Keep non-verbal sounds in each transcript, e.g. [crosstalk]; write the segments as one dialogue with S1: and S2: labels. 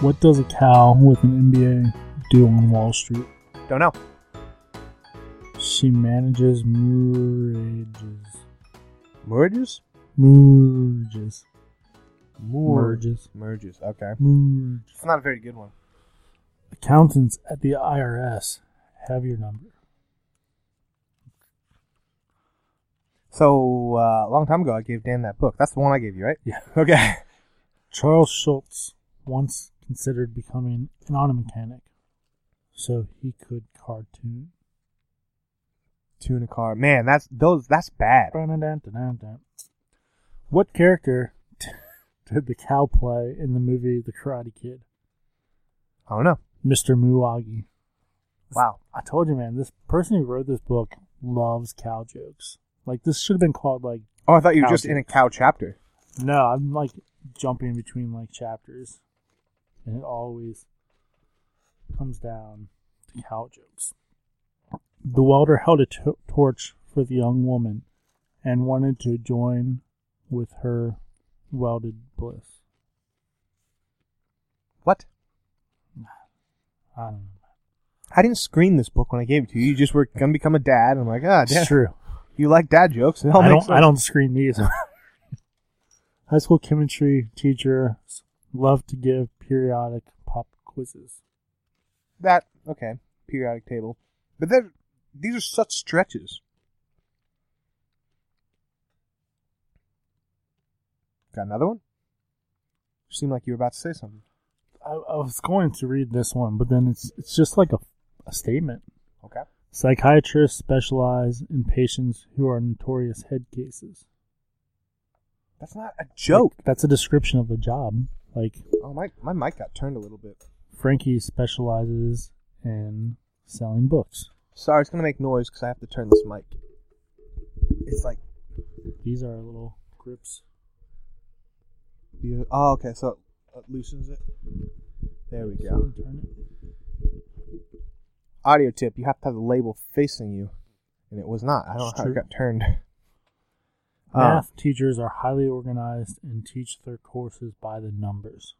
S1: What does a cow with an MBA do on Wall Street?
S2: Don't know.
S1: She manages merges.
S2: Merges?
S1: Merges.
S2: Merges. Merges. Okay.
S1: Merge.
S2: It's not a very good one.
S1: Accountants at the IRS have your number.
S2: So uh, a long time ago, I gave Dan that book. That's the one I gave you, right?
S1: Yeah.
S2: [laughs] Okay.
S1: Charles Schultz once considered becoming an auto mechanic so he could cartoon.
S2: Tuna car. Man, that's those. That's bad.
S1: What character [laughs] did the cow play in the movie The Karate Kid?
S2: I don't know.
S1: Mr. Muwagi.
S2: Wow.
S1: I told you, man, this person who wrote this book loves cow jokes. Like, this should have been called, like,
S2: Oh, I thought you were
S1: Cow
S2: just in a cow chapter.
S1: no, I'm, like, jumping between, like, chapters. And it always comes down to cow jokes. The welder held a to- torch for the young woman and wanted to join with her welded bliss.
S2: What?
S1: I don't know.
S2: I didn't screen this book when I gave it to you. You just were gonna become a dad. I'm like, ah, Dan,
S1: It's true.
S2: you like dad jokes. It all
S1: I
S2: makes
S1: don't. I
S2: sense.
S1: don't screen these. [laughs] High school chemistry teacher loved to give periodic pop quizzes.
S2: That okay. Periodic table, but then these are such stretches. Got another one? You seem like you were about to say something.
S1: I, I was going to read this one, but then it's it's just like a, a statement.
S2: Okay.
S1: Psychiatrists specialize in patients who are notorious head cases.
S2: That's not a joke.
S1: Like, that's a description of the job. Like
S2: Oh my! My mic got turned a little bit.
S1: Frankie specializes in selling books.
S2: Sorry, it's gonna make noise because I have to turn this mic. It's like
S1: These are little grips.
S2: the oh okay, so it loosens it. There we go.
S1: Turn it.
S2: Audio tip: You have to have the label facing you, and it was not. I don't know
S1: It's
S2: how
S1: true.
S2: it got turned. Uh,
S1: Math teachers are highly organized and teach their courses by the numbers.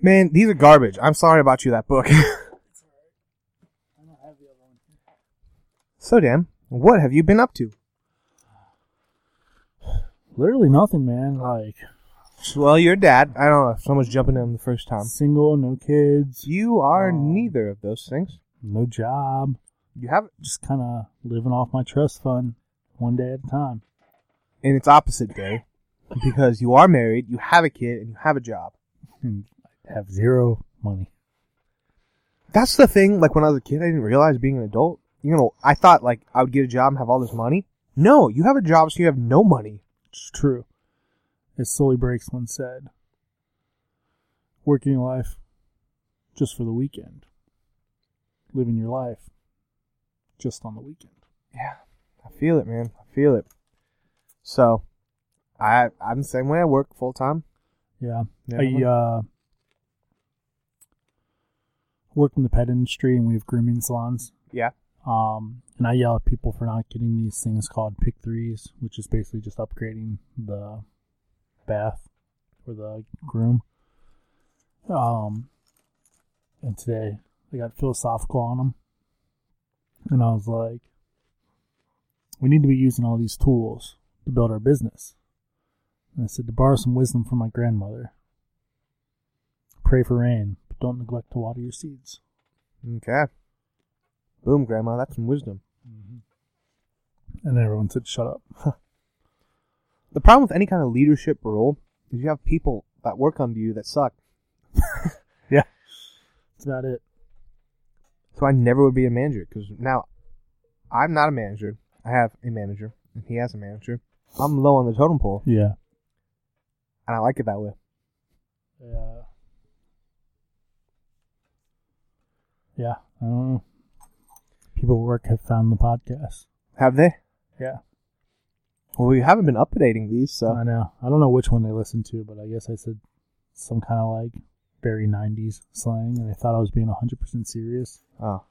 S2: Man, these are garbage. I'm sorry about you, that book. [laughs] so, Dan, what have you been up to?
S1: Literally nothing, man. Like
S2: Well, you're a dad. I don't know. Someone's jumping in the first time.
S1: single, no kids,
S2: You are
S1: Um,
S2: neither of those things.
S1: no job.
S2: You have,
S1: Just kind of living off my trust fund, one day at a time.
S2: and it's opposite day because you are married, you have a kid, and you have a job.
S1: And I have zero money.
S2: That's the thing. Like when I was a kid, I didn't realize being an adult. You know, I thought like I would get a job and have all this money. No, you have a job, so you have no money.
S1: It's true. As Sully Breaks once said, working life just for the weekend, living your life just on the weekend.
S2: Yeah, I feel it, man. I feel it. So, I I'm the same way. I work full time.
S1: Yeah.
S2: Yeah,
S1: I
S2: like-
S1: uh, work in the pet industry and we have grooming salons.
S2: Yeah.
S1: Um, and I yell at people for not getting these things called pick threes, which is basically just upgrading the bath for the groom. Um, and today they got philosophical on them. And I was like, we need to be using all these tools to build our business. And I said, to borrow some wisdom from my grandmother. Pray for rain, but don't neglect to water your seeds.
S2: Okay. Boom, Grandma. That's some wisdom.
S1: And everyone said, shut up.
S2: The problem with any kind of leadership role is you have people that work under you that suck.
S1: yeah. That's about it.
S2: So I never would be a manager because now I'm not a manager. I have a manager, and he has a manager. I'm low on the totem pole,
S1: Yeah.
S2: and I like it that way.
S1: Yeah. Yeah. I don't know. People at work have found the podcast.
S2: Have they?
S1: Yeah.
S2: Well, we haven't been updating these, so
S1: I know. I don't know which one they listened to, but I guess I said some kind of like very 90s slang, and they thought I was being 100% serious.
S2: oh,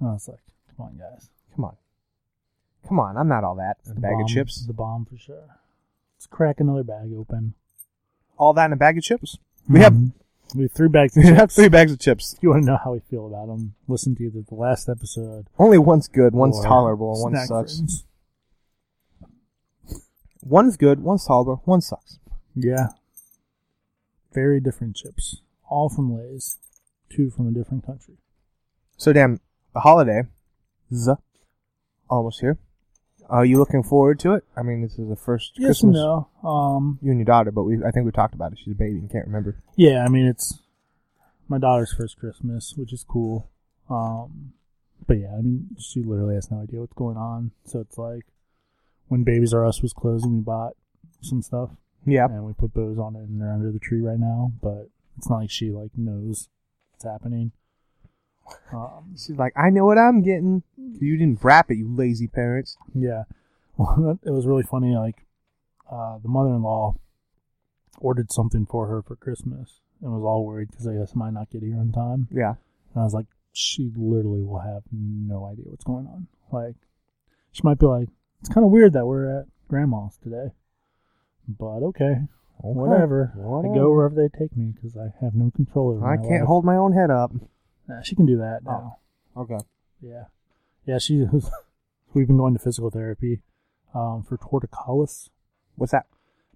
S1: And I was like, come on, guys.
S2: come on, come on. I'm not all that. A
S1: The
S2: bag
S1: bomb-
S2: of chips.
S1: The bomb for sure. Let's crack another bag open.
S2: all that in a bag of chips. We have
S1: Mhm. We threw back
S2: [laughs]
S1: the
S2: Have
S1: chips.
S2: three bags of chips.
S1: You want to know how we feel about them? Listen to either the last episode.
S2: Only one's good, one's
S1: or
S2: tolerable, and one
S1: Snack
S2: sucks.
S1: Friends.
S2: One's good, one's tolerable, one sucks.
S1: Yeah. Very different chips. All from Lay's. Two from a different country.
S2: So damn, the holiday, z, almost here. Are you looking forward to it? I mean, this is the first
S1: Yes and
S2: Christmas
S1: no. Um,
S2: you and your daughter, but we I think we talked about it. She's a baby and can't remember.
S1: Yeah, I mean it's my daughter's first Christmas, which is cool. Um, but yeah, I mean she literally has no idea what's going on, so it's like when Babies R Us was closing, we bought some stuff
S2: Yeah,
S1: and we put bows on it, and they're under the tree right now. But it's not like she like knows what's [laughs] happening. Um,
S2: she's like, I know what I'm getting. You didn't wrap it, you lazy parents.
S1: Yeah. [laughs] Well, it was really funny. Like, uh, the mother in law ordered something for her for Christmas and was all worried because I guess it might not get here on time.
S2: Yeah,
S1: And I was like, she literally will have no idea what's going on. Like, she might be like, it's kind of weird that we're at grandma's today. But okay, whatever. I go wherever they take me because I have no control over
S2: I
S1: my
S2: can't
S1: life.
S2: hold Oh. my own head up.
S1: Nah, she can do that now.
S2: Okay.
S1: Yeah. Yeah, she [laughs] we've been going to physical therapy um, for torticollis.
S2: What's that?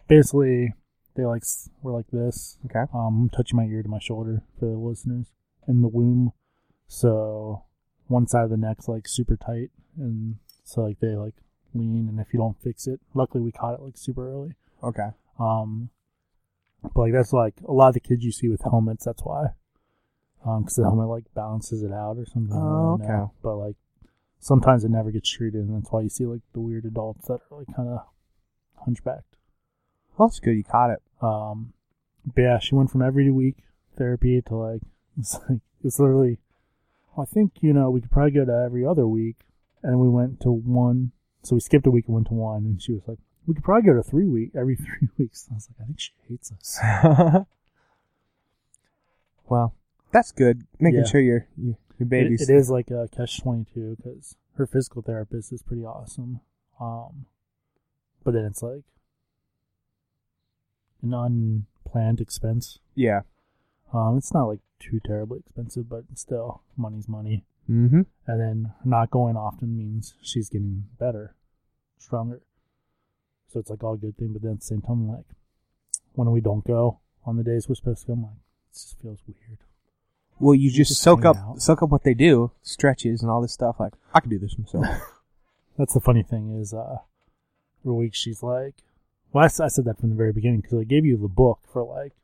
S1: Basically, they like s- were like this.
S2: Okay.
S1: Um, I'm touching my ear to my shoulder for the listeners in the womb. So one side of the neck's like super tight, and so like they like lean, and if you don't fix it, luckily we caught it like super early.
S2: Okay.
S1: Um, but like that's like a lot of the kids you see with helmets. That's why, um, because the helmet like balances it out or something. I don't
S2: Oh,
S1: really know.
S2: okay.
S1: But like sometimes it never gets treated, and that's why you see like the weird adults that are like kind of hunchbacked.
S2: Well, that's good. You caught it.
S1: Um, but yeah, she went from every week therapy to like [laughs] it's like it's literally. I think you know we could probably go to every other week, and we went to one. So we skipped a week and went to one, and she was like, "We could probably go to three week every [laughs] three weeks." I was like, "I think she hates us."
S2: [laughs] well, that's good. Making
S1: Yeah.
S2: sure your your your
S1: It-
S2: baby's
S1: it is like a catch twenty two because her physical therapist is pretty awesome. Um, but then it's like an unplanned expense.
S2: yeah.
S1: Um, it's not like too terribly expensive, but still, money's money.
S2: Mm-hmm.
S1: And then not going often means she's getting better, stronger. So it's like all good thing. But then at the same time, like when we don't go on the days we're supposed to go, I'm like, it just feels weird.
S2: Well, you just
S1: just
S2: soak
S1: hang
S2: up
S1: out.
S2: soak up what they do, stretches and all this stuff. Like I can do this [laughs] myself.
S1: That's the funny thing is, uh, every week she's like, well, I, s- I said that from the very beginning because I gave you the book for like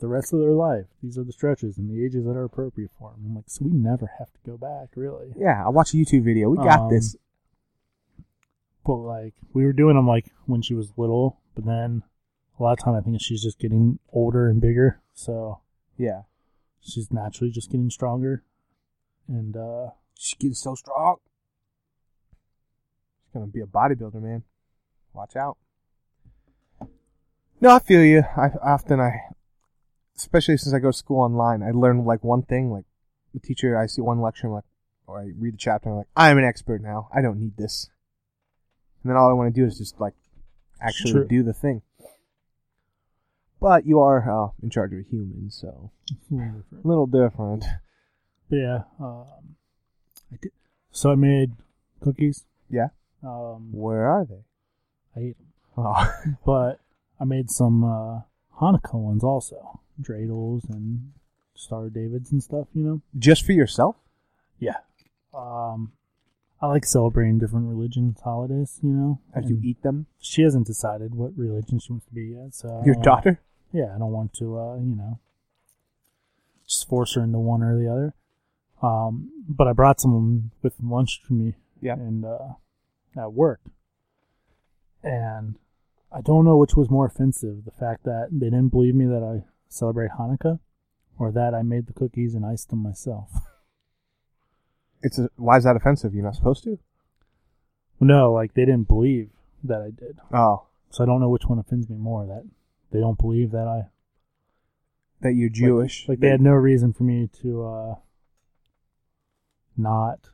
S1: the rest of their life. These are the stretches and the ages that are appropriate for them. I'm like, so we never have to go back, really.
S2: yeah, I watch a YouTube video. We got
S1: Um,
S2: this.
S1: But like, we were doing them like when she was little, but then a lot of time I think she's just getting older and bigger. So
S2: Yeah,
S1: she's naturally just getting stronger. And, uh,
S2: she's getting so strong. She's gonna be a bodybuilder, man. Watch out. No, I feel you. I often I, especially since I go to school online, I learn like one thing. Like the teacher, I see one lecture, I'm like, or I read the chapter, I'm like, I'm an expert now. I don't need this. And then all I want to do is just like actually
S1: True.
S2: do the thing. But you are uh, in charge of a human, so a little different.
S1: yeah, um, I did. So I made cookies.
S2: Yeah.
S1: Um,
S2: Where are they?
S1: I ate them.
S2: Oh, [laughs]
S1: But I made some uh, Hanukkah ones also. Dreidels and Star Davids and stuff, you know?
S2: just for yourself?
S1: Yeah. Um, I like celebrating different religions, holidays, you know?
S2: As you
S1: And
S2: eat them?
S1: She hasn't decided what religion she wants to be yet, so. I
S2: Your
S1: don't-
S2: daughter?
S1: Yeah, I don't want to, uh, you know, just force her into one or the other. Um, but I brought some with lunch to me
S2: Yeah.
S1: and uh, at work. And I don't know which was more offensive the fact that they didn't believe me that I celebrate Hanukkah or that I made the cookies and iced them myself. [laughs]
S2: It's a, why is that offensive? You're not supposed to.
S1: No, like they didn't believe that I did.
S2: Oh,
S1: So I don't know which one offends me more that they don't believe that I.
S2: that you're Jewish.
S1: Like they had no reason for me to uh, not.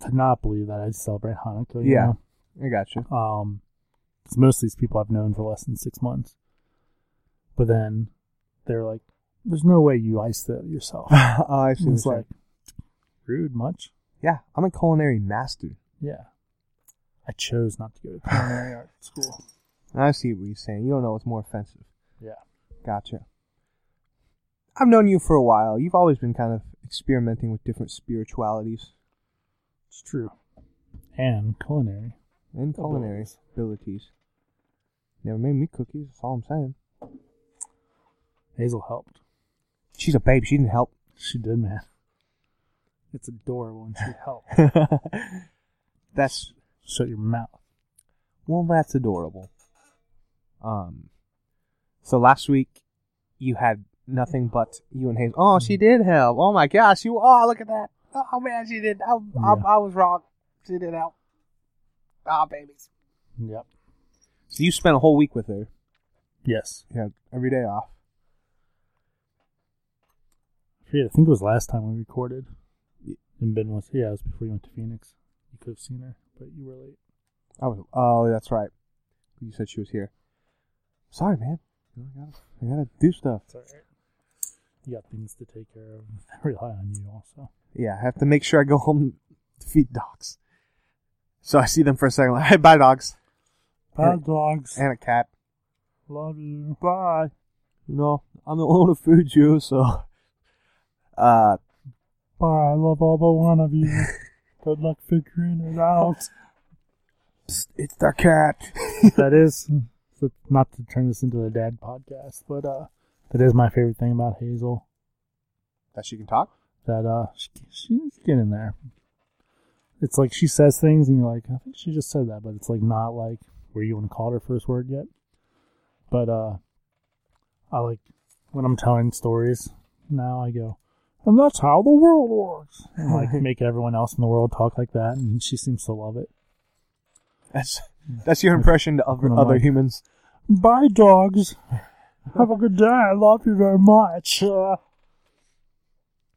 S1: To not believe that I'd celebrate Hanukkah. you
S2: Yeah.
S1: know? [laughs]
S2: I got you. [laughs]
S1: Um, 'cause most of these people I've known for less than six months. But then they're like, "There's no way you ice that yourself."
S2: uh, [laughs] I see. what
S1: it's
S2: you're saying.
S1: like rude much.
S2: yeah, I'm a culinary master.
S1: Yeah, I chose not to go to
S2: [laughs]
S1: culinary art school.
S2: I see what you're saying. You don't know what's more offensive.
S1: Yeah,
S2: Gotcha. I've known you for a while. You've always been kind of experimenting with different spiritualities
S1: it's true. And culinary.
S2: and culinary
S1: Abilities.
S2: abilities. Never made me cookies. That's all I'm saying.
S1: Hazel helped.
S2: She's a babe. She didn't help. [laughs]
S1: She did, man. It's adorable and [laughs] she helped.
S2: that's
S1: Shut your mouth.
S2: well. That's adorable. Um. So last week, you had nothing but you and Hayes. Oh, she did help. Oh my gosh, you. Oh, look at that. Oh man, she did. I, I,
S1: Yeah.
S2: I was wrong. She did help. Ah, babies.
S1: Yep.
S2: So you spent a whole week with her.
S1: Yes.
S2: Yeah, every day off.
S1: I forget. I think it was last time we recorded. And Ben was, yeah, it was before you went to Phoenix. You could have seen her, but you were late.
S2: I was. Oh, that's right. You said she was here. Sorry, man. I gotta, I gotta do stuff.
S1: It's all right. You got things to take care of. [laughs] I rely on you also.
S2: Yeah, I have to make sure I go home to feed dogs. So I see them for a second. [laughs] Like, hey, bye, dogs Bye,
S1: dogs.
S2: and a cat.
S1: Love you. Bye.
S2: You know, I'm the [laughs] owner of Food Jew, so. Uh,
S1: Bye. I love all but one of you. [laughs] Good luck figuring it out.
S2: psst, it's the cat.
S1: [laughs] that is so not to turn this into a dad podcast, but uh, that is my favorite thing about Hazel.
S2: That she can talk.
S1: That uh, she, she's getting there. It's like she says things, and you're like, I think she just said that, but it's like not like where you want to call her first word yet. But uh, I like when I'm telling stories now. I go, and that's how the world works. And like make everyone else in the world talk like that, and she seems to love it.
S2: That's that's your impression of
S1: I'm
S2: other
S1: like-
S2: humans.
S1: Bye, dogs. Have a good day. I love you very much. Uh,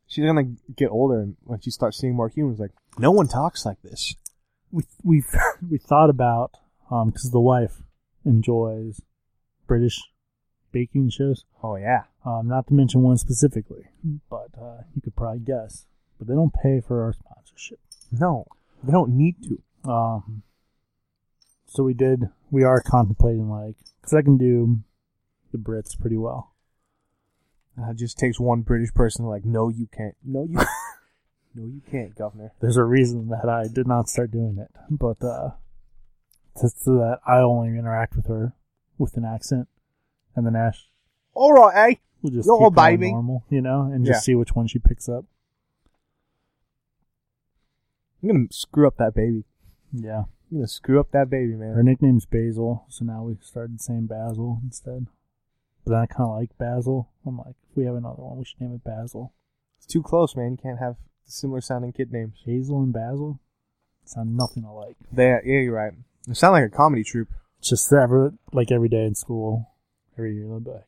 S2: She's gonna get older, and when she starts seeing more humans, like no one talks like this.
S1: we we [laughs] we thought about um because the wife enjoys British baking shows.
S2: Oh yeah.
S1: Um, not to mention one specifically, but uh, you could probably guess. But they don't pay for our sponsorship.
S2: No, they don't need to.
S1: Um, so we did. We are contemplating like because I can do the Brits pretty well.
S2: Uh, it just takes one British person to like, no, you can't. No, [laughs] you. no, you can't, Governor.
S1: There's a reason that I did not start doing it, but uh, just so that I only interact with her with an accent, and then Ash
S2: All right, eh?
S1: We'll just
S2: You're
S1: keep
S2: all
S1: going
S2: baby.
S1: normal, you know, and just
S2: Yeah.
S1: see which one she picks up.
S2: I'm gonna screw up that baby.
S1: Yeah.
S2: I'm gonna screw up that baby, man.
S1: Her nickname's Basil, so now we started saying Basil instead. But then I kind of like Basil. I'm like, if we have another one, we should name it Basil.
S2: It's too close, man. You can't have similar sounding kid names.
S1: Hazel and Basil sound nothing alike.
S2: They, yeah, you're right. They sound like a comedy troupe.
S1: It's just that every, like every day in school, every year, they'll be like,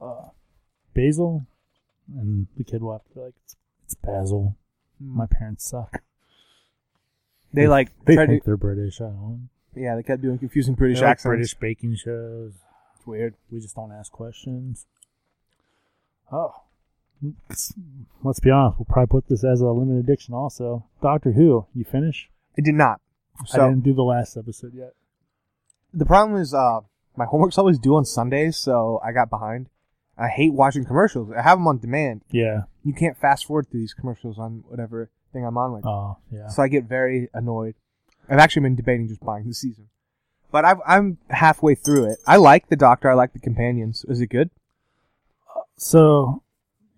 S1: uh, Basil, and the kid will have to be like, it's, it's Basil. My parents suck.
S2: Hmm. They like
S1: They
S2: try to,
S1: think they're British. I don't.
S2: yeah, they kept doing confusing
S1: They
S2: British
S1: like
S2: accents.
S1: British baking shows.
S2: It's weird.
S1: We just don't ask questions. Oh, let's be honest. We'll probably put this as a limited edition. Also, Doctor Who. You finish?
S2: I did not.
S1: I
S2: So
S1: didn't do the last episode yet.
S2: the problem is, uh, my homework's always due on Sundays, so I got behind. I hate watching commercials. I have them on demand.
S1: Yeah.
S2: You can't fast forward through these commercials on whatever thing I'm on. Like,
S1: Oh, yeah.
S2: So I get very annoyed. I've actually been debating just buying the season, but I've, I'm halfway through it. I like the Doctor. I like the companions. Is it good?
S1: So,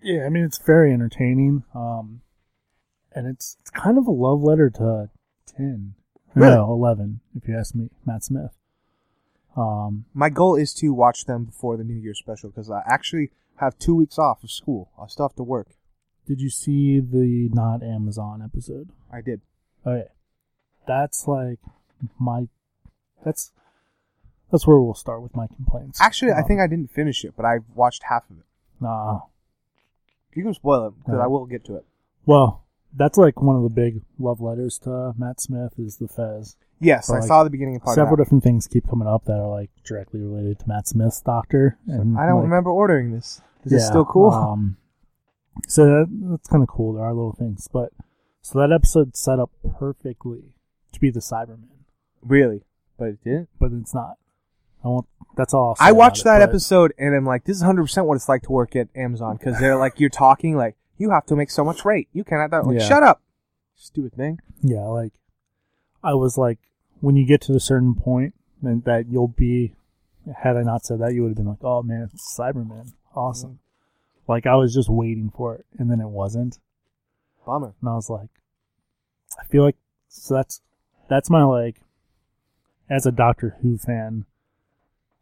S1: yeah. I mean, it's very entertaining. Um, and it's it's kind of a love letter to ten.
S2: Really?
S1: No, eleven. If you ask me, Matt Smith. Um,
S2: My goal is to watch them before the New Year special because I actually have two weeks off of school. I still have to work.
S1: did you see the not Amazon episode?
S2: I did.
S1: Okay. That's like my that's that's where we'll start with my complaints. Um,
S2: Actually, I think I didn't finish it, but I watched half of it.
S1: nah.
S2: You can spoil it because
S1: Uh-huh.
S2: I will get to it.
S1: Well, that's like one of the big love letters to Matt Smith is the Fez.
S2: Yes,
S1: But,
S2: I
S1: like,
S2: saw the beginning of part.
S1: Several
S2: of that.
S1: different things keep coming up that are like directly related to Matt Smith's doctor. And
S2: I don't
S1: like,
S2: remember ordering this. Is
S1: yeah,
S2: it still cool?
S1: Um, so that, that's kind of cool. There are little things, but so that episode set up perfectly to be the Cyberman,
S2: [laughs] really, but it didn't.
S1: but it's not. I won't. That's all. I'll say
S2: I watched
S1: about
S2: that
S1: it, but-
S2: episode and I'm like, this is 100 percent what it's like to work at Amazon because they're like, you're talking like you have to make so much rate. You cannot. do- Like,
S1: Yeah.
S2: shut up, stupid thing.
S1: Yeah, like I was like, when you get to a certain point, then that you'll be. Had I not said that, you would have been like, "Oh man, it's Cyberman, awesome!" Like I was just waiting for it, and then it wasn't,
S2: Bummer.
S1: and I was like, I feel like so that's that's my like, as a Doctor Who fan,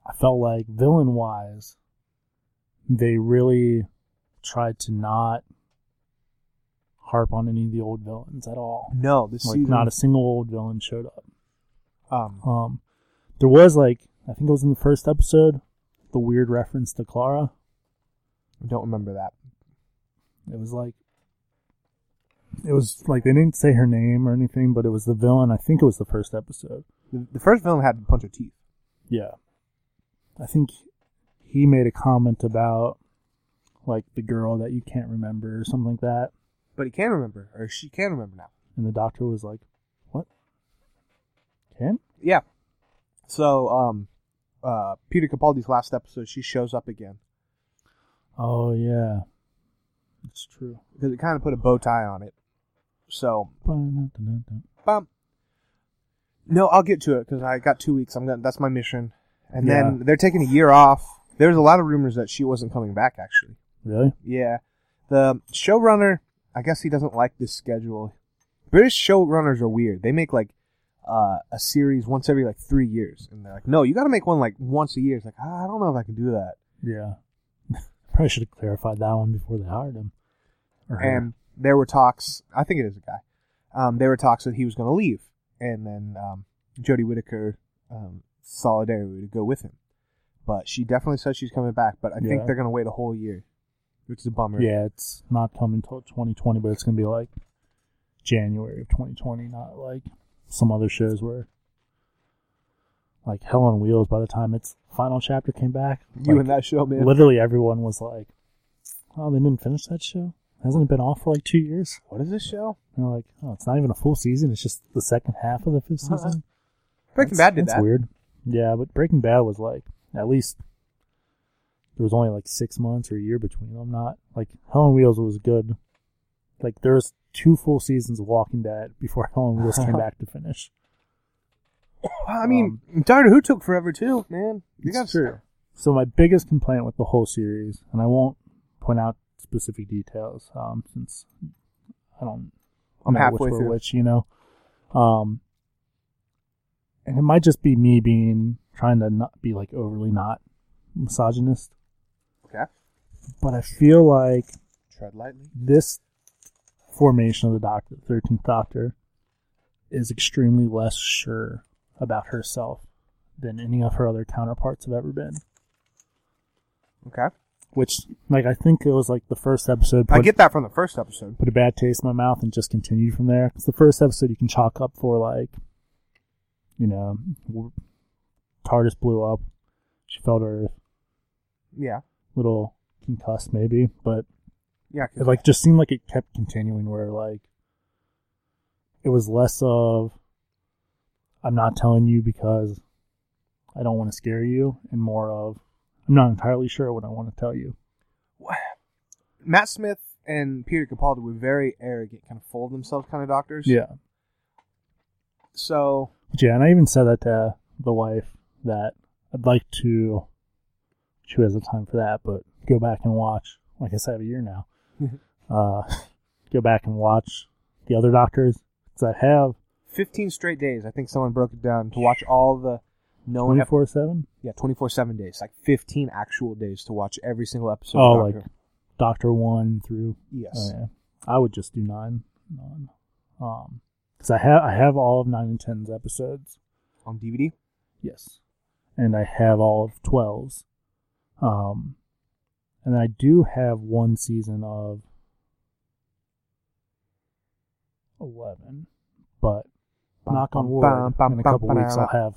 S1: I felt like villain wise, they really tried to not harp on any of the old villains at all
S2: No, this
S1: like
S2: season.
S1: not a single old villain showed up.
S2: um,
S1: Um, there was like I think it was in the first episode, the weird reference to Clara.
S2: I don't remember that.
S1: It was like it was like they didn't say her name or anything, but it was the villain. I think it was the first episode.
S2: The, the first villain had a bunch of teeth.
S1: Yeah, I think he made a comment about like the girl that you can't remember or something like that,
S2: But he can remember, or she can remember now.
S1: and the doctor was like, "What? Can?"
S2: Yeah. So, um, uh, Peter Capaldi's last episode, she shows up again
S1: Oh yeah, it's true.
S2: because it kind of put a bow tie on it. So, bum. No, I'll get to it because I got two weeks. I'm gonna, that's my mission, and then they're taking a year off. There's a lot of rumors that she wasn't coming back. Actually,
S1: Really?
S2: yeah. The showrunner, I guess he doesn't like this schedule. British showrunners are weird. They make like uh, a series once every like three years, and they're like, "No, you got to make one like once a year." It's like I don't know if I can do that.
S1: Yeah. [laughs] Probably should have clarified that one before they hired him. Or her.
S2: and there were talks. I think it is a guy. Um, there were talks that he was going to leave, and then um, Jodie Whittaker um, solidarity to go with him. But she definitely says she's coming back. But I think
S1: Yeah.
S2: they're going to wait a whole year, which is a bummer.
S1: yeah, it's not coming till 2020, but it's going to be like January of 2020, not like some other shows where like Hell on Wheels by the time its final chapter came back.
S2: you
S1: like,
S2: and that show, man.
S1: literally everyone was like, "Oh, they didn't finish that show. Hasn't it been off for like 2 years?"
S2: what is this show?
S1: And they're like, "Oh, it's not even a full season. It's just the second half of the fifth
S2: Uh-uh.
S1: season."
S2: Breaking
S1: That's-
S2: Bad did
S1: that's
S2: that.
S1: Weird. Yeah, but Breaking Bad was like at least there was only like six months or a year between them. Not like Hell on Wheels was good. Like there's two full seasons of Walking Dead before [laughs] Hell on
S2: [laughs]
S1: Wheels came back to finish.
S2: Well, I mean, Doctor Who took forever too, man. You
S1: It's
S2: got
S1: true. So my biggest complaint with the whole series, and I won't point out specific details, um, since I don't
S2: I'm
S1: know
S2: halfway
S1: which were
S2: through.
S1: which, you know. Um, and it might just be me being trying to not be like overly not misogynist,
S2: Okay.
S1: but I feel like
S2: Tread lightly.
S1: this formation of the Doctor, the Thirteenth Doctor, is extremely less sure about herself than any of her other counterparts have ever been.
S2: Okay.
S1: Which, like, I think it was like the first episode.
S2: I
S1: put-
S2: get that from the first episode.
S1: put a bad taste in my mouth and just continued from there. 'Cause the first episode you can chalk up for like, you know, w- TARDIS blew up, she fell to Earth,
S2: Yeah.
S1: little concussed maybe, but
S2: Yeah. 'cause-
S1: it like just seemed like it kept continuing where like it was less of I'm not telling you because I don't want to scare you, and more of I'm not entirely sure what I want to tell you.
S2: Matt Smith and Peter Capaldi were very arrogant, kind of full of themselves kind of doctors.
S1: Yeah.
S2: So
S1: Yeah, and I even said that to the wife that I'd like to. She has the time for that, but go back and watch. Like I said, I have a year
S2: [laughs]
S1: now. uh, [laughs] go back and watch the other doctors because I have
S2: 15 straight days. I think someone broke it down to watch all the known.
S1: twenty
S2: Ep-
S1: four seven
S2: Oh, yeah, 24 7 days. Like 15 actual days to watch every single episode.
S1: Oh,
S2: of Doctor
S1: like-
S2: Who.
S1: Doctor One through.
S2: Yes.
S1: Oh, yeah. I would just do nine, nine, um, because I have I have all of nine and tens episodes.
S2: On DVD?
S1: Yes. And I have all of 12s. Um, and I do have one season of 11, but
S2: Bum,
S1: knock on
S2: bum,
S1: wood,
S2: bum, bum,
S1: in a
S2: bum,
S1: couple weeks
S2: ba-da-da.
S1: I'll have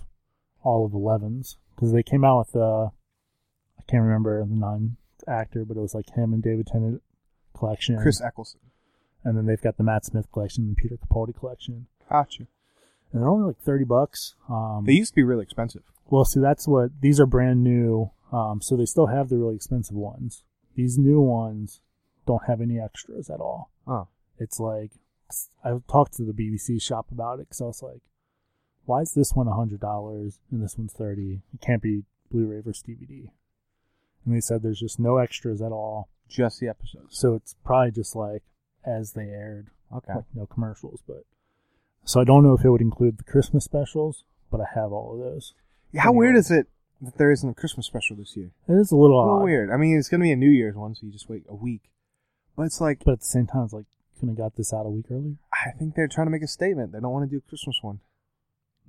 S1: all of 11s because they came out with uh, I can't remember the non actor, but it was like him and David Tennant collection,
S2: Chris Eccleston.
S1: and then they've got the Matt Smith collection, and Peter Capaldi collection,
S2: Got you.
S1: and they're only like 30 bucks. Um,
S2: They used to be really expensive.
S1: Well, see, that's what these are brand new, um, so they still have the really expensive ones. These new ones don't have any extras at all.
S2: Oh.
S1: It's like I talked to the BBC shop about it because I was like, "Why is this one hundred dollars and this one's thirty? It can't be Blu-ray versus DVD." And they said there's just no extras at all,
S2: Just the episodes.
S1: so it's probably just like as they aired,
S2: Okay.
S1: like no commercials. But so I don't know if it would include the Christmas specials, but I have all of those.
S2: Yeah, How weird
S1: Anyway.
S2: is it that there isn't a Christmas special this year?
S1: It is a little
S2: A little
S1: odd.
S2: weird. I mean, it's going to be a New Year's one, so you just wait a week. But it's like,
S1: But at the same time, it's like, couldn't have got this out a week earlier?
S2: I think they're trying to make a statement. They don't want to do a Christmas one.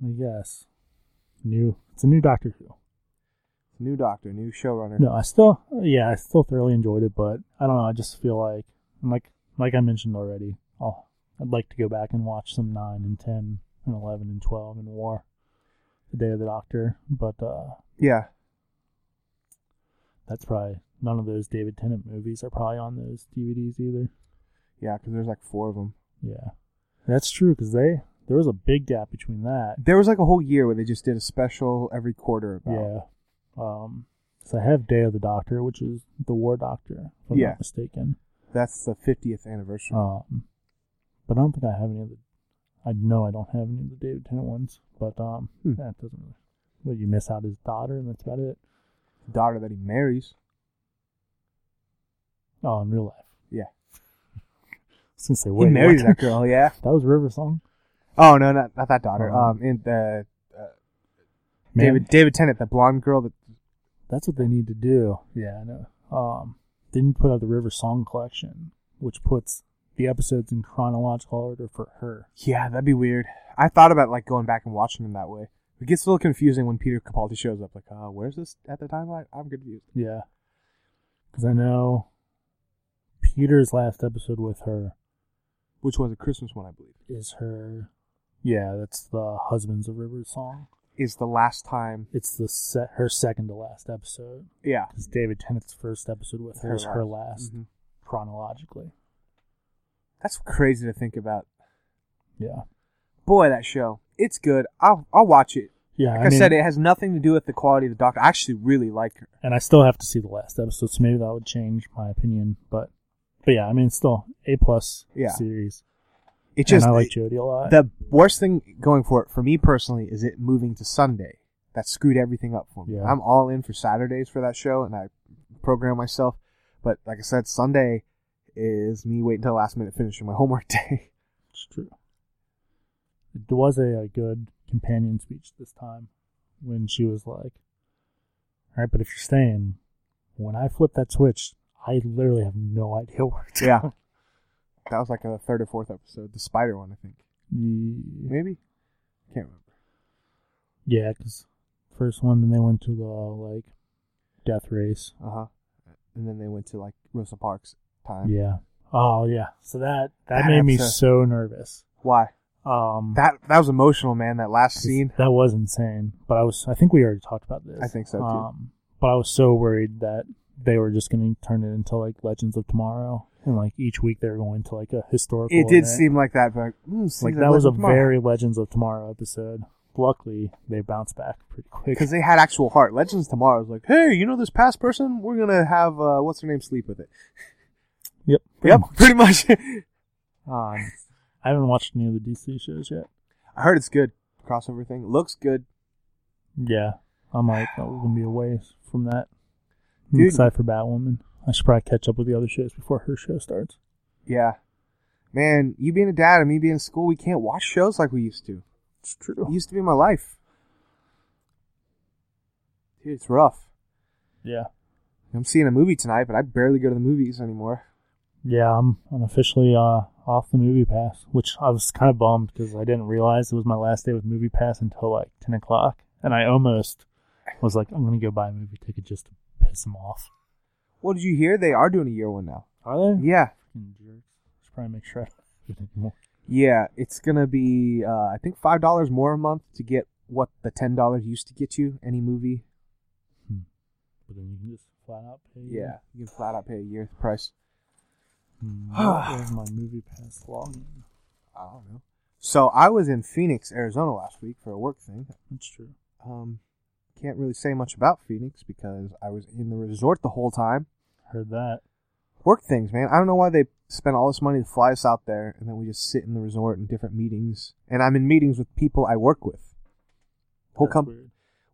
S1: I guess. New. It's a new Doctor Who.
S2: New Doctor, new showrunner.
S1: No, I still, yeah, I still thoroughly enjoyed it, but I don't know. I just feel like, and like, like I mentioned already, oh, I'd like to go back and watch some 9 and 10 and 11 and 12 and War, The Day of the Doctor, but uh
S2: Yeah.
S1: that's probably, none of those David Tennant movies are probably on those DVDs either.
S2: Yeah, because there's like four of them.
S1: Yeah. That's true, because they, there was a big gap between that
S2: There was like a whole year where they just did a special every quarter about.
S1: Yeah. Um, so I have Day of the Doctor, which is the War Doctor, if I'm
S2: Yeah.
S1: not mistaken.
S2: That's the 50th anniversary.
S1: Um, but I don't think I have any of the. I know I don't have any of the David Tennant ones, but um,
S2: Hmm.
S1: that doesn't really. Well, you miss out his daughter, and that's about it.
S2: Daughter that he marries.
S1: Oh, in real life.
S2: Yeah.
S1: [laughs] I was gonna say, wait,
S2: he marries
S1: [laughs] what?
S2: that girl, yeah.
S1: that was River Song.
S2: Oh, no, not, not that daughter.
S1: Uh-huh.
S2: Um, in the
S1: Man,
S2: David David Tennant, the blonde girl that
S1: That's what they need to do. Yeah, I know. Um, they need to put out the River Song collection, which puts the episodes in chronological order for her.
S2: Yeah, that'd be weird. I thought about like going back and watching them that way. It gets a little confusing when Peter Capaldi shows up. Like, uh, where's this at the timeline? I'm confused.
S1: Yeah. Because I know Peter's last episode with her
S2: Which was a Christmas one, I believe.
S1: is her. Yeah, that's the Husbands of Rivers song.
S2: Is the last time.
S1: It's the se- her second to last episode.
S2: Yeah.
S1: Because David Tennant's first episode with her is her last
S2: Mhm.
S1: chronologically.
S2: That's crazy to think about.
S1: Yeah.
S2: Boy, that show. It's good. I'll I'll watch it.
S1: Yeah.
S2: Like I,
S1: I, mean,
S2: said, it has nothing to do with the quality of the doc. I actually really like her.
S1: And I still have to see the last episode, so maybe that would change my opinion. But, but yeah, I mean, it's still a plus
S2: Yeah.
S1: series.
S2: It just
S1: and I like Jodie a lot.
S2: the worst thing going for it for me personally is it moving to Sunday. That screwed everything up for me.
S1: Yeah.
S2: I'm all in for Saturdays for that show, and I program myself. But like I said, Sunday is me waiting till the last minute finishing my homework [laughs] day.
S1: It's true. It was a, a good companion speech this time when she was like, All right, but if you're staying, when I flip that switch, I literally have no idea where it's [laughs]
S2: yeah, that was like a third or fourth episode, the spider one, I think.
S1: going.
S2: Maybe can't remember.
S1: [laughs] Yeah, because first one, then they went to the like death race.
S2: Uh huh. And then they went to like Rosa Parks time.
S1: Yeah. Oh yeah. So that that
S2: Uh-huh. That
S1: made me
S2: episode-
S1: so nervous.
S2: Why?
S1: Um,
S2: That that was emotional, man. That last scene.
S1: That was insane. But I was I think we already talked about this.
S2: I think so, too.
S1: Um, but I was so worried that they were just going to turn it into like Legends of Tomorrow, and like each week they were going to like a historical.
S2: It did
S1: event.
S2: seem like that, but mm, see,
S1: like
S2: the
S1: that was a
S2: legend tomorrow.
S1: very Legends of Tomorrow episode. Luckily, they bounced back pretty quick.
S2: because they had actual heart. Legends Tomorrow is like, hey, you know this past person? We're gonna have uh, what's her name sleep with it.
S1: [laughs] Yep.
S2: Yep, pretty much. [laughs]
S1: Um, I haven't watched any of the DC shows yet.
S2: I heard it's good crossover thing. Looks good.
S1: Yeah, I'm like that was gonna be a ways from that. I'm
S2: Dude.
S1: excited for Batwoman. I should probably catch up with the other shows before her show starts.
S2: Yeah, man, you being a dad and me being in school, we can't watch shows like we used to.
S1: It's true.
S2: It used to be my life. Dude, it's rough.
S1: Yeah.
S2: I'm seeing a movie tonight, but I barely go to the movies anymore.
S1: Yeah, I'm I'm officially uh, off the movie pass, which I was kind of bummed because I didn't realize it was my last day with movie pass until like ten o'clock, and I almost was like, I'm gonna go buy a movie ticket just to piss them off.
S2: Well, did you hear? They are doing a year one now.
S1: Are they?
S2: Yeah,
S1: Fucking jerks. Should probably make sure. I don't do it anymore.
S2: Yeah, it's gonna be uh, I think five dollars more a month to get what the ten dollars used to get you any movie.
S1: But then you can just flat out pay.
S2: Yeah, you can flat out pay a year's price.
S1: Hmm,
S2: [sighs]
S1: what was my movie pass login?
S2: I don't know. So I was in Phoenix, Arizona last week for a work thing.
S1: That's true.
S2: Um, can't really say much about Phoenix because I was in the resort the whole time.
S1: Heard that.
S2: Work things, man. I don't know why they spend all this money to fly us out there and then we just sit in the resort in different meetings. And I'm in meetings with people I work with. Whole
S1: That's
S2: company.
S1: weird.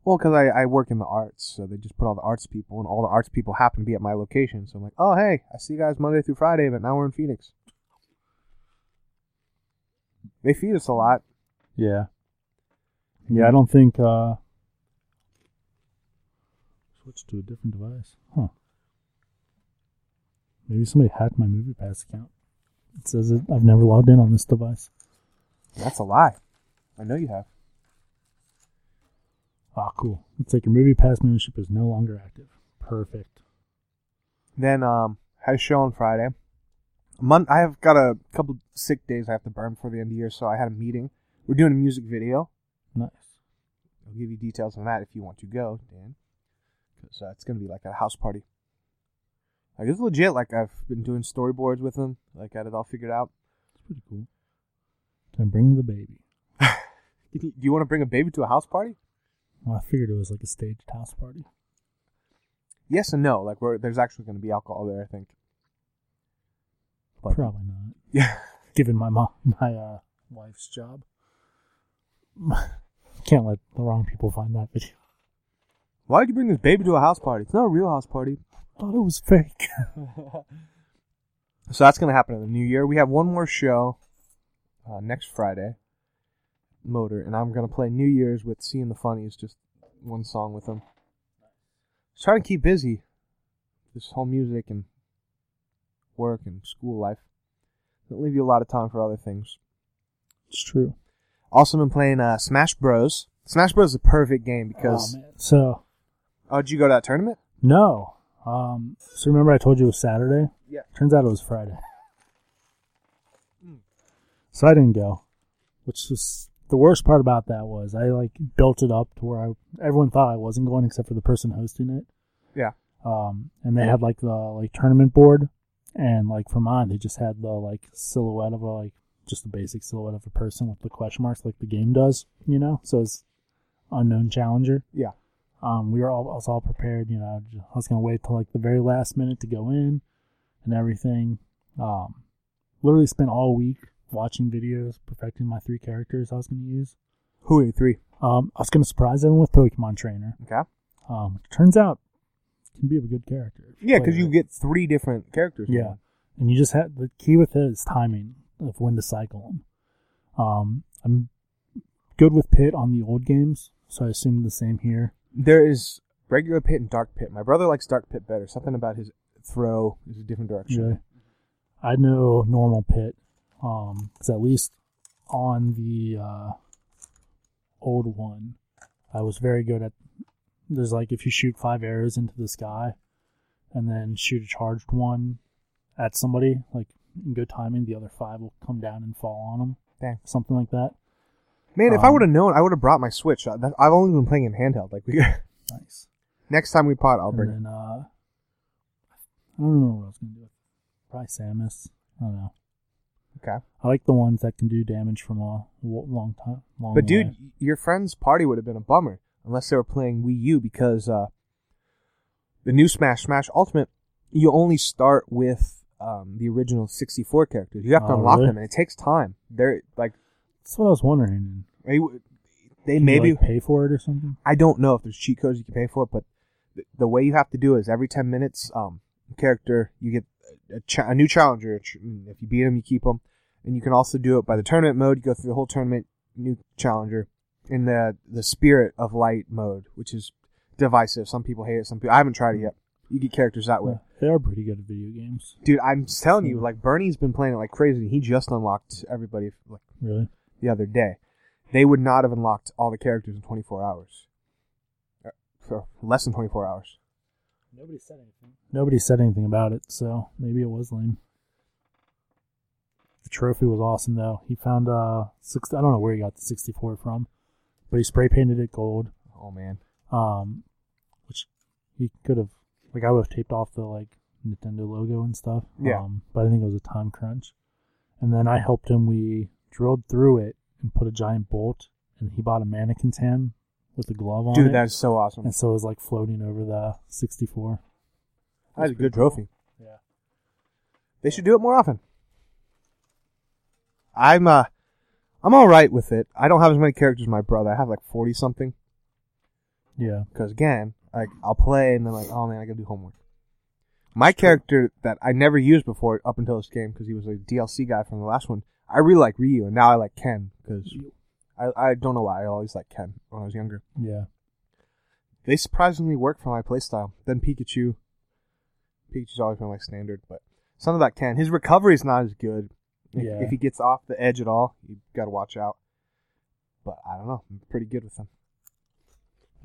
S2: Well, because I, I work in the arts, so they just put all the arts people, and all the arts people happen to be at my location. So I'm like, oh, hey, I see you guys Monday through Friday, but now we're in Phoenix. They feed us a lot.
S1: Yeah. Yeah, I don't think. uh Switch to a different device. Huh. Maybe somebody hacked my movie pass account. It says it, I've never logged in on this device.
S2: That's a lie. I know you have.
S1: Ah, cool. Looks like your movie pass membership is no longer active. Perfect.
S2: Then um, had a show on Friday. Mon- I have got a couple sick days I have to burn for the end of the year, so I had a meeting. We're doing a music video.
S1: Nice.
S2: I'll give you details on that if you want to go, Dan. Because uh, it's going to be like a house party. Like, it's legit. Like, I've been doing storyboards with them. Like, got it all figured out.
S1: It's pretty cool. Then bring the baby.
S2: Do you want to bring a baby to a house party?
S1: Well, I figured it was like a staged house party.
S2: Yes and no. Like, we're, there's actually going to be alcohol there, I think. [laughs] But-
S1: Probably not.
S2: Yeah.
S1: Given my mom, [laughs] my uh, wife's job, [laughs] can't let the wrong people find that video.
S2: Why would you bring this baby to a house party? It's not a real house party.
S1: Thought it was fake.
S2: [laughs] So that's going to happen in the new year. We have one more show uh, next Friday, Motor, and I'm going to play New Year's with Seeing the Funnies, just one song with them. Trying to keep busy. This whole music and work and school life. Don't leave you a lot of time for other things.
S1: It's true.
S2: Also, been playing uh, Smash Bros. Smash Bros is a perfect game because.
S1: Oh, man. so
S2: Oh, did you go to that tournament?
S1: no. Um, so remember I told you it was Saturday.
S2: Yeah.
S1: Turns out it was Friday. So I didn't go, which was the worst part about that was I like built it up to where I everyone thought I wasn't going except for the person hosting it.
S2: Yeah.
S1: Um, and they had like the like tournament board, and like for mine they just had the like silhouette of a like just the basic silhouette of a person with the question marks like the game does, you know. So it's unknown challenger.
S2: Yeah.
S1: Um, we were all I was all prepared, you know. I was gonna wait till like the very last minute to go in, and everything. Um, literally spent all week watching videos, perfecting my three characters I was going to use.
S2: Who are you three?
S1: Um, I was going to surprise everyone with Pokemon Trainer,
S2: Okay.
S1: um, which turns out can be a good character. if
S2: Yeah,
S1: play
S2: because you
S1: it.
S2: get three different characters.
S1: yeah, and you just have the key with it is timing of when to cycle them. Um, I'm good with Pit on the old games, so I assume the same here.
S2: There is regular pit and dark pit. My brother likes dark pit better. Something about his throw is a different direction.
S1: Really. I know normal pit, um, 'cause at least on the uh, old one, I was very good at. There's like if you shoot five arrows into the sky, and then shoot a charged one at somebody, like in good timing, the other five will come down and fall on them,
S2: Dang.
S1: something like that.
S2: Man, if I
S1: Um,
S2: would have known, I would have brought my Switch. I- that- I've only been playing in handheld. Like we, [laughs]
S1: Nice.
S2: next time we pot, I'll
S1: And
S2: bring. it.
S1: then uh, I don't remember what I was gonna do. Probably Samus. I don't know.
S2: Okay,
S1: I like the ones that can do damage from a wo- long time. Long
S2: but dude,
S1: way.
S2: y- your friend's party would have been a bummer unless they were playing Wii U because uh, the new Smash, Smash Ultimate, you only start with um, the original 64 characters. You have to
S1: Oh,
S2: unlock
S1: really?
S2: them, and it takes time. They're like
S1: that's what I was wondering.
S2: they, they
S1: Can you,
S2: maybe
S1: like, pay for it or something.
S2: I don't know if there's cheat codes you can pay for, it, but the, the way you have to do is every 10 minutes, um, character, you get a, cha- a new challenger. Ch- If you beat him, you keep him. And you can also do it by the tournament mode. You go through the whole tournament, new challenger, in the, the spirit of light mode, which is divisive. Some people hate it. Some people, I haven't tried it yet. You get characters that way.
S1: Yeah, they are pretty good at video games,
S2: Dude, I'm telling you, like Bernie's been playing it like crazy. He just unlocked everybody like
S1: really.
S2: the other day, they would not have unlocked all the characters in 24 hours. Uh, So less than 24 hours.
S1: Nobody said anything. Nobody said anything about it, so maybe it was lame. trophy was awesome though. He found uh six I don't know where he got the sixty four from, but he spray painted it gold.
S2: Oh man.
S1: Um which he could have like I would have taped off the like Nintendo logo and stuff.
S2: Yeah.
S1: Um, but I think it was a time crunch. And then I helped him we drilled through it and put a giant bolt and he bought a mannequin's hand with a glove on it.
S2: Dude, that is so awesome.
S1: and so it was like floating over the sixty four.
S2: That's a good trophy.
S1: Yeah.
S2: They should do it more often. I'm uh I'm all right with it. I don't have as many characters as my brother. I have like 40 something
S1: Yeah.
S2: because again, like I'll play and then like, oh man, I got to do homework. My character that I never used before up until this game because he was a DLC guy from the last one. I really like Ryu and now I like Ken because I, I don't know why I always liked Ken when I was younger.
S1: Yeah.
S2: They surprisingly work for my playstyle. Then Pikachu. Pikachu's always been my standard, but some of that can. His recovery's not as good. If,
S1: Yeah.
S2: if he gets off the edge at all, you got to watch out. But I don't know. I'm pretty good with him.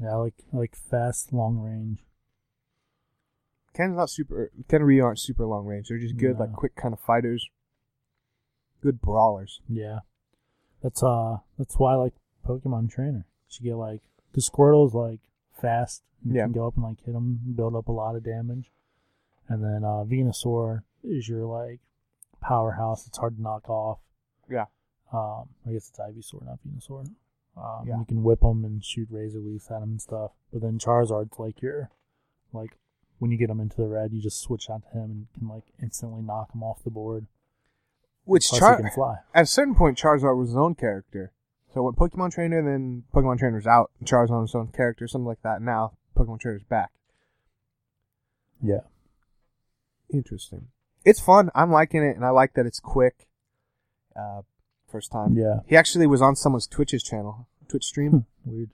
S1: Yeah, I like I like fast, long range.
S2: Ken's not super. Ken and Ryu aren't super long range. They're just good, like
S1: No.
S2: quick kind of fighters. Good brawlers.
S1: Yeah, that's uh, that's why I like Pokemon Trainer. 'Cause You get like the Squirtle's like fast. You
S2: Yeah.
S1: can go up and like hit them, build up a lot of damage, and then uh, Venusaur is your like powerhouse. It's hard to knock off.
S2: Yeah.
S1: Um, I guess it's Ivysaur, not Venusaur. Um,
S2: Yeah.
S1: You can whip them and shoot razor leaves at them and stuff. But then Charizard's like your, like when you get him into the red, you just switch out to him and can like instantly knock him off the board.
S2: Which
S1: Plus
S2: Char-
S1: he can fly.
S2: at a certain point, Charizard was his own character. So when Pokemon Trainer, then Pokemon Trainer's out, Charizard was his own character, something like that. Now Pokemon Trainer's back.
S1: Yeah.
S2: Interesting. It's fun. I'm liking it, and I like that it's quick. Uh, first time.
S1: Yeah.
S2: He actually was on someone's Twitch's channel, Twitch stream.
S1: Hmm. Weird.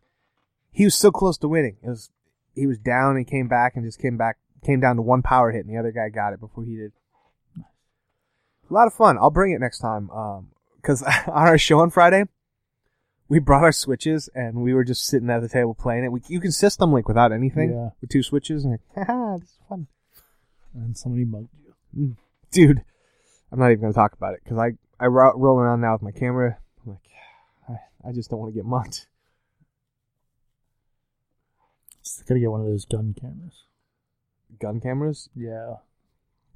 S2: he was so close to winning. It was he was down and came back and just came back came down to one power hit, and the other guy got it before he did. A lot of fun. I'll bring it next time. Um, because [laughs] on our show on Friday, we brought our switches and we were just sitting at the table playing it. We, you can system link without anything
S1: Yeah.
S2: with two switches, and [laughs] like, haha, this is fun.
S1: And somebody mugged you.
S2: dude, I'm not even gonna talk about it because I I ro- roll around now with my camera. I'm like, [sighs] I, I just don't want to get mugged.
S1: Just gotta get one of those gun cameras.
S2: Gun cameras?
S1: Yeah.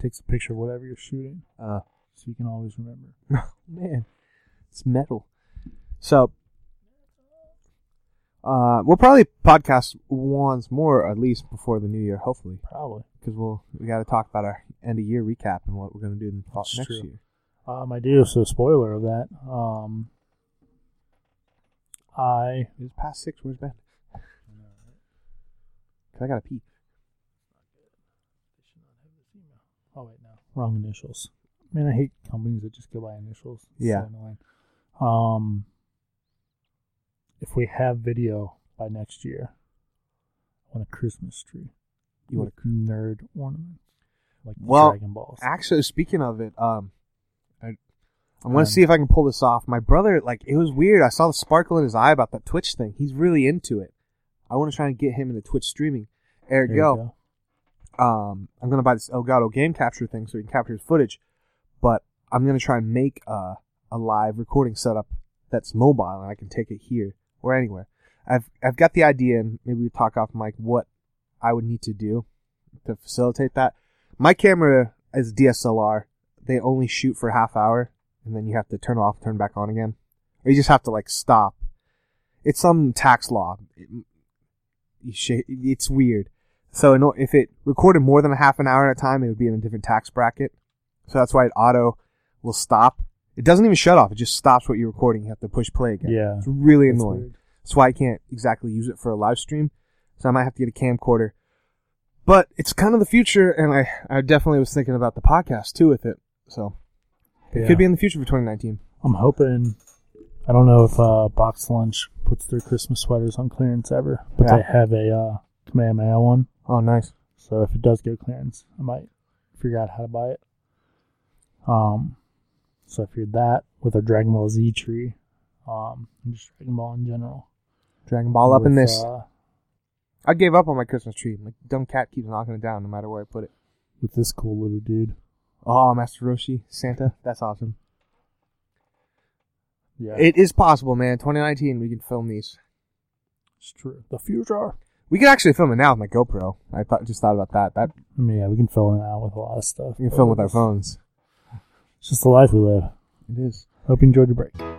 S1: Takes a picture of whatever you're shooting,
S2: Uh,
S1: so you can always remember.
S2: man, it's metal. So, uh, we'll probably podcast once more at least before the new year, hopefully,
S1: Probably.
S2: because we'll we got to talk about our end of year recap and what we're gonna do in the fall,
S1: That's
S2: next
S1: true.
S2: year.
S1: Um, I do. So spoiler of that. Um, I
S2: It's past six. Where's Ben? 'Cause I gotta pee.
S1: Oh wait, no. Wrong initials. Man, I hate companies that just go by initials. It's so
S2: Yeah.
S1: annoying. Um, if we have video by next year, I want a Christmas tree.
S2: You want
S1: a nerd ornaments like the
S2: Well,
S1: Dragon Balls?
S2: Actually, speaking of it, um, I, I
S1: Um,
S2: want to see if I can pull this off. My brother, like, it was weird. I saw the sparkle in his eye about that Twitch thing. He's really into it. I want to try and get him into Twitch streaming. There you go. Um, I'm gonna buy this Elgato game capture thing so he can capture his footage, but I'm gonna try and make a a live recording setup that's mobile and I can take it here or anywhere. I've I've got the idea and maybe we talk off mic what I would need to do to facilitate that. My camera is DSLR. They only shoot for a half hour and then you have to turn it off, turn it back on again, or you just have to like stop. It's some tax law. It, you sh- it's weird. So in, o- if it recorded more than a half an hour at a time, it would be in a different tax bracket. So that's why it auto will stop. It doesn't even shut off. It just stops what you're recording. You have to push play again.
S1: Yeah.
S2: It's really
S1: That's
S2: annoying.
S1: weird.
S2: That's why I can't exactly use it for a live stream. So I might have to get a camcorder. But it's kind of the future, and I, I definitely was thinking about the podcast too with it. So it
S1: Yeah.
S2: could be in the future for 2019.
S1: I'm hoping. I don't know if uh, Box Lunch puts their Christmas sweaters on clearance ever, but
S2: Yeah.
S1: they have a uh, Kamehameha one.
S2: Oh, nice.
S1: So if it does go clearance, I might figure out how to buy it. Um, so I figured that with a Dragon Ball Z tree, um, and just Dragon Ball in general.
S2: Dragon Ball up in
S1: With,
S2: this.
S1: uh,
S2: I gave up on my Christmas tree. My dumb cat keeps knocking it down no matter where I put it.
S1: with this cool little dude.
S2: Oh, Master Roshi, Santa. That's awesome.
S1: Yeah,
S2: It is possible, man. 2019, we can film these.
S1: it's true. The future.
S2: We could actually film it now with my GoPro. I thought, just thought about that. That
S1: I mean, yeah, we can fill it out with a lot of stuff.
S2: we can film with our phones.
S1: It's just the life we live.
S2: It is.
S1: Hope you enjoyed your break.